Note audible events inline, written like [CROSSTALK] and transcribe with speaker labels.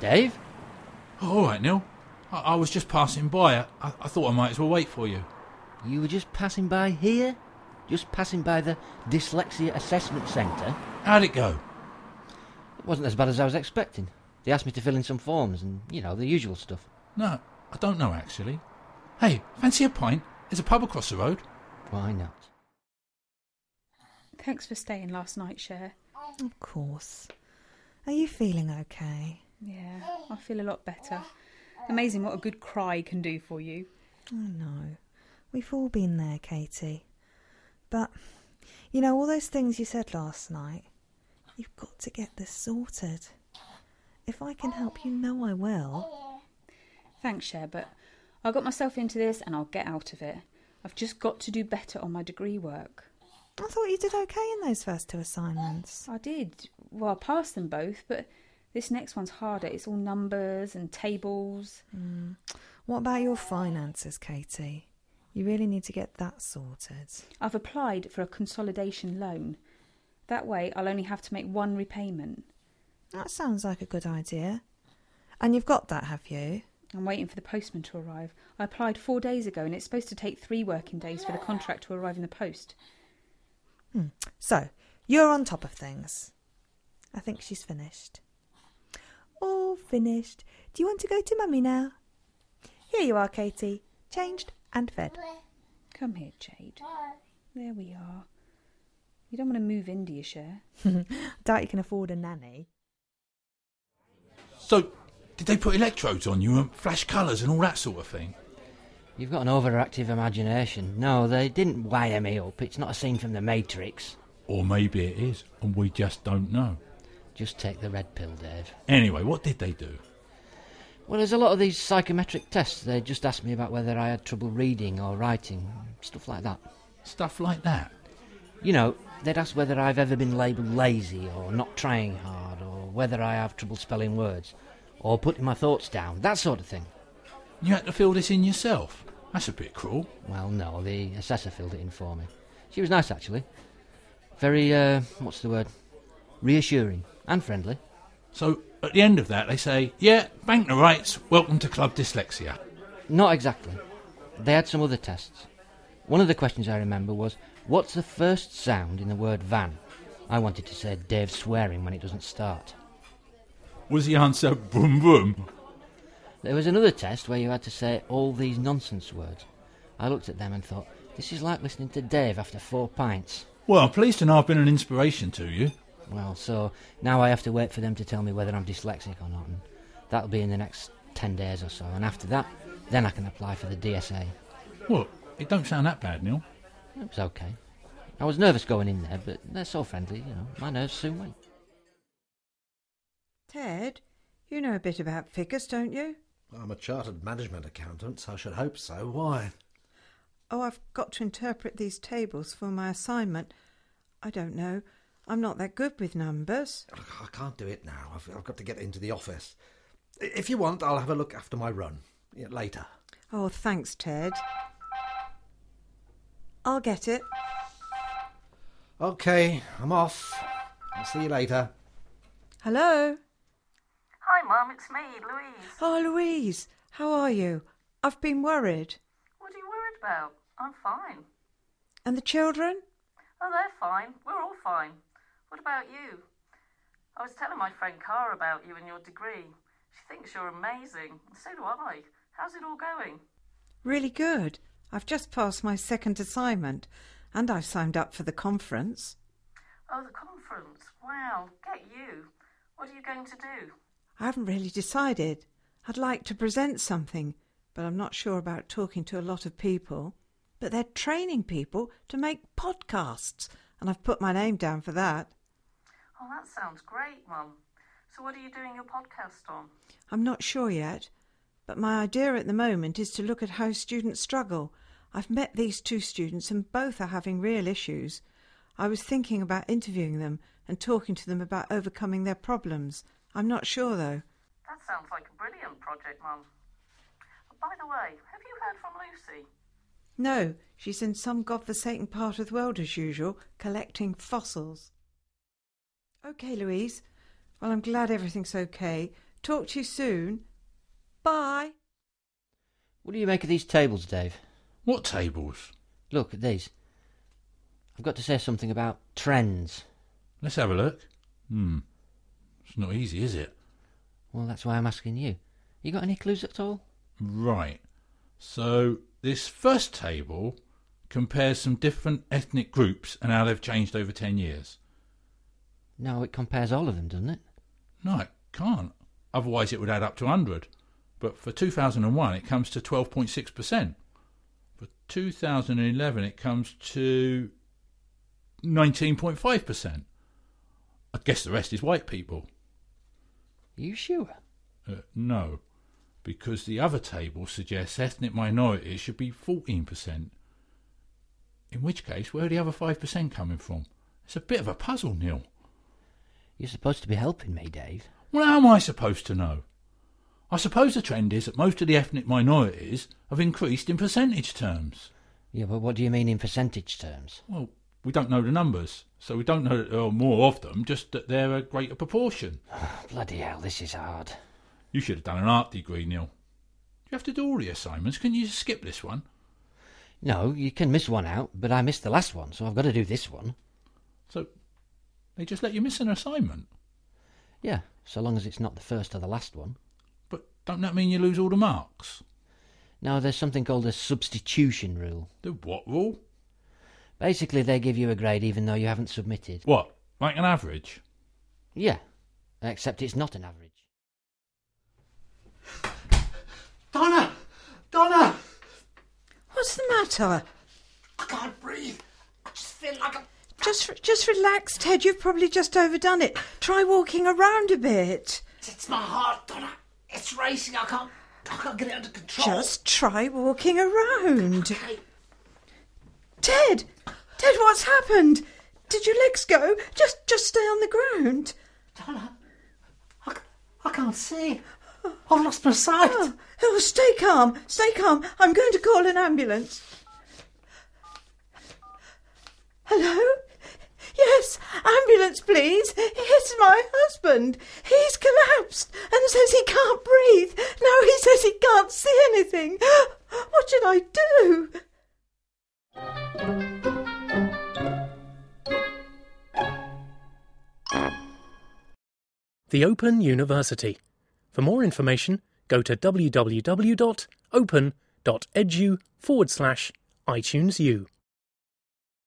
Speaker 1: Dave?
Speaker 2: all right, Neil. I, I was just passing by. I, I I thought I might as well wait for you.
Speaker 1: You were just passing by here? Just passing by the Dyslexia Assessment Centre?
Speaker 2: How'd it go?
Speaker 1: It wasn't as bad as I was expecting. They asked me to fill in some forms and, you know, the usual stuff.
Speaker 2: No, I don't know actually. Hey, fancy a pint? There's a pub across the road.
Speaker 1: Why not?
Speaker 3: Thanks for staying last night, Cher.
Speaker 4: Of course. Are you feeling okay?
Speaker 3: Yeah, I feel a lot better. Amazing what a good cry can do for you.
Speaker 4: I know. We've all been there, Katie. But, you know, all those things you said last night, you've got to get this sorted. If I can help, you know I will.
Speaker 3: Thanks, Cher, but I got myself into this and I'll get out of it. I've just got to do better on my degree work.
Speaker 4: I thought you did okay in those first two assignments.
Speaker 3: I did. Well, I passed them both, but this next one's harder. It's all numbers and tables.
Speaker 4: What about your finances, Katie? You really need to get that sorted.
Speaker 3: I've applied for a consolidation loan. That way, I'll only have to make one repayment.
Speaker 4: That sounds like a good idea. And you've got that, have you?
Speaker 3: I'm waiting for the postman to arrive. I applied four days ago, and it's supposed to take three working days for the contract to arrive in the post.
Speaker 4: Hmm. So, you're on top of things. I think she's finished. All finished. Do you want to go to Mummy now? Here you are, Katie. Changed and fed. [LAUGHS]
Speaker 3: Come here, Jade. There we are. You don't want to move in, do you, Cher?
Speaker 4: Doubt you can afford a nanny.
Speaker 2: So, did they put electrodes on you and flash colours and all that sort of thing?
Speaker 1: You've got an overactive imagination. No, they didn't wire me up. It's not a scene from The Matrix.
Speaker 2: Or maybe it is, and we just don't know.
Speaker 1: Just take the red pill, Dave.
Speaker 2: Anyway, what did they do?
Speaker 1: Well, there's a lot of these psychometric tests. They just asked me about whether I had trouble reading or writing, stuff like that.
Speaker 2: Stuff like that.
Speaker 1: You know, they'd ask whether I've ever been labelled lazy or not trying hard or whether I have trouble spelling words or putting my thoughts down, that sort of thing.
Speaker 2: You had to fill this in yourself. That's a bit cruel.
Speaker 1: Well, no, the assessor filled it in for me. She was nice, actually. Very, uh, what's the word? Reassuring and friendly.
Speaker 2: So, at the end of that, they say, Yeah, bank the rights, welcome to Club Dyslexia.
Speaker 1: Not exactly. They had some other tests. One of the questions I remember was, What's the first sound in the word van? I wanted to say Dave swearing when it doesn't start.
Speaker 2: Was the answer boom boom?
Speaker 1: There was another test where you had to say all these nonsense words. I looked at them and thought, this is like listening to Dave after four pints.
Speaker 2: Well, I'm pleased to know I've been an inspiration to you.
Speaker 1: Well, so now I have to wait for them to tell me whether I'm dyslexic or not, and that'll be in the next 10 days or so, and after that, then I can apply for the DSA.
Speaker 2: Well, it don't sound that bad, Neil.
Speaker 1: It was okay. I was nervous going in there, but they're so friendly, you know, my nerves soon went.
Speaker 5: Ted, you know a bit about figures, don't you?
Speaker 6: I'm a chartered management accountant, so I should hope so. Why?
Speaker 5: Oh, I've got to interpret these tables for my assignment. I don't know. I'm not that good with numbers.
Speaker 6: Look, I can't do it now. I've, I've got to get into the office. I- If you want, I'll have a look after my run Yeah, later.
Speaker 5: Oh, thanks, Ted. I'll get it.
Speaker 6: Okay, I'm off. I'll see you later.
Speaker 5: Hello?
Speaker 7: Hi, Mum, it's me, Louise.
Speaker 5: Oh, Louise, how are you? I've been worried.
Speaker 7: What are you worried about? I'm fine.
Speaker 5: And the children?
Speaker 7: Oh, they're fine. We're all fine. What about you? I was telling my friend Cara about you and your degree. She thinks you're amazing, and so do I. How's it all going?
Speaker 5: Really good. I've just passed my second assignment and I've signed up for the conference.
Speaker 7: Oh, the conference. Wow, get you. What are you going to do?
Speaker 5: I haven't really decided. I'd like to present something, but I'm not sure about talking to a lot of people. But they're training people to make podcasts, and I've put my name down for that.
Speaker 7: Oh, that sounds great, Mum. So, what are you doing your podcast on?
Speaker 5: I'm not sure yet, but my idea at the moment is to look at how students struggle. I've met these two students and both are having real issues. I was thinking about interviewing them and talking to them about overcoming their problems I'm not sure though.
Speaker 7: That sounds like a brilliant project, Mum. By the way, have you heard from Lucy?
Speaker 5: No, she's in some godforsaken part of the world as usual, collecting fossils. Okay, Louise. Well, I'm glad everything's okay. Talk to you soon. Bye.
Speaker 1: What do you make of these tables, Dave?
Speaker 2: What tables?
Speaker 1: Look at these. I've got to say something about trends.
Speaker 2: Let's have a look. Hmm. It's not easy, is it?
Speaker 1: Well, that's why I'm asking you. You got any clues at all?
Speaker 2: Right. So this first table compares some different ethnic groups and how they've changed over 10 years.
Speaker 1: No, it compares all of them, doesn't it?
Speaker 2: No, it can't. Otherwise it would add up to 100. But for 2001 it comes to 12.6%. For 2011 it comes to 19.5%. I guess the rest is white people.
Speaker 1: You sure?
Speaker 2: Uh, no, because the other table suggests ethnic minorities should be 14%. In which case, where are the other 5% coming from? It's a bit of a puzzle, Neil.
Speaker 1: You're supposed to be helping me, Dave.
Speaker 2: Well, how am I supposed to know? I suppose the trend is that most of the ethnic minorities have increased in percentage terms.
Speaker 1: Yeah, but what do you mean in percentage terms?
Speaker 2: Well, we don't know the numbers, so we don't know that there are more of them, just that they're a greater proportion.
Speaker 1: Oh, Bloody hell, this is hard.
Speaker 2: You should have done an art degree, Neil. You have to do all the assignments. Can you just skip this one?
Speaker 1: No, you can miss one out, but I missed the last one, so I've got to do this one.
Speaker 2: So they just let you miss an assignment.
Speaker 1: Yeah, so long as it's not the first or the last one.
Speaker 2: But don't that mean you lose all the marks?
Speaker 1: Now, there's something called a substitution rule.
Speaker 2: The what rule?
Speaker 1: Basically, they give you a grade even though you haven't submitted.
Speaker 2: What? Like an average?
Speaker 1: Yeah, except it's not an average.
Speaker 6: Donna! Donna!
Speaker 5: What's the matter?
Speaker 6: I can't breathe. I just feel like I'm.
Speaker 5: Just, re- just relax, Ted. You've probably just overdone it. Try walking around a bit.
Speaker 6: It's my heart, Donna. It's racing. I can't. I can't get it under control.
Speaker 5: Just try walking around.
Speaker 6: Okay.
Speaker 5: Ted, Ted, what's happened? Did your legs go? Just, just stay on the ground.
Speaker 6: Donna, I, c- I can't see. I've lost my sight.
Speaker 5: Oh, oh, stay calm, stay calm. I'm going to call an ambulance. Hello? Yes, ambulance, please. It's my husband. He's collapsed and says he can't breathe. Now he says he can't see anything. What should I do?
Speaker 8: The Open University. For more information, go to www.open.edu forward slash iTunes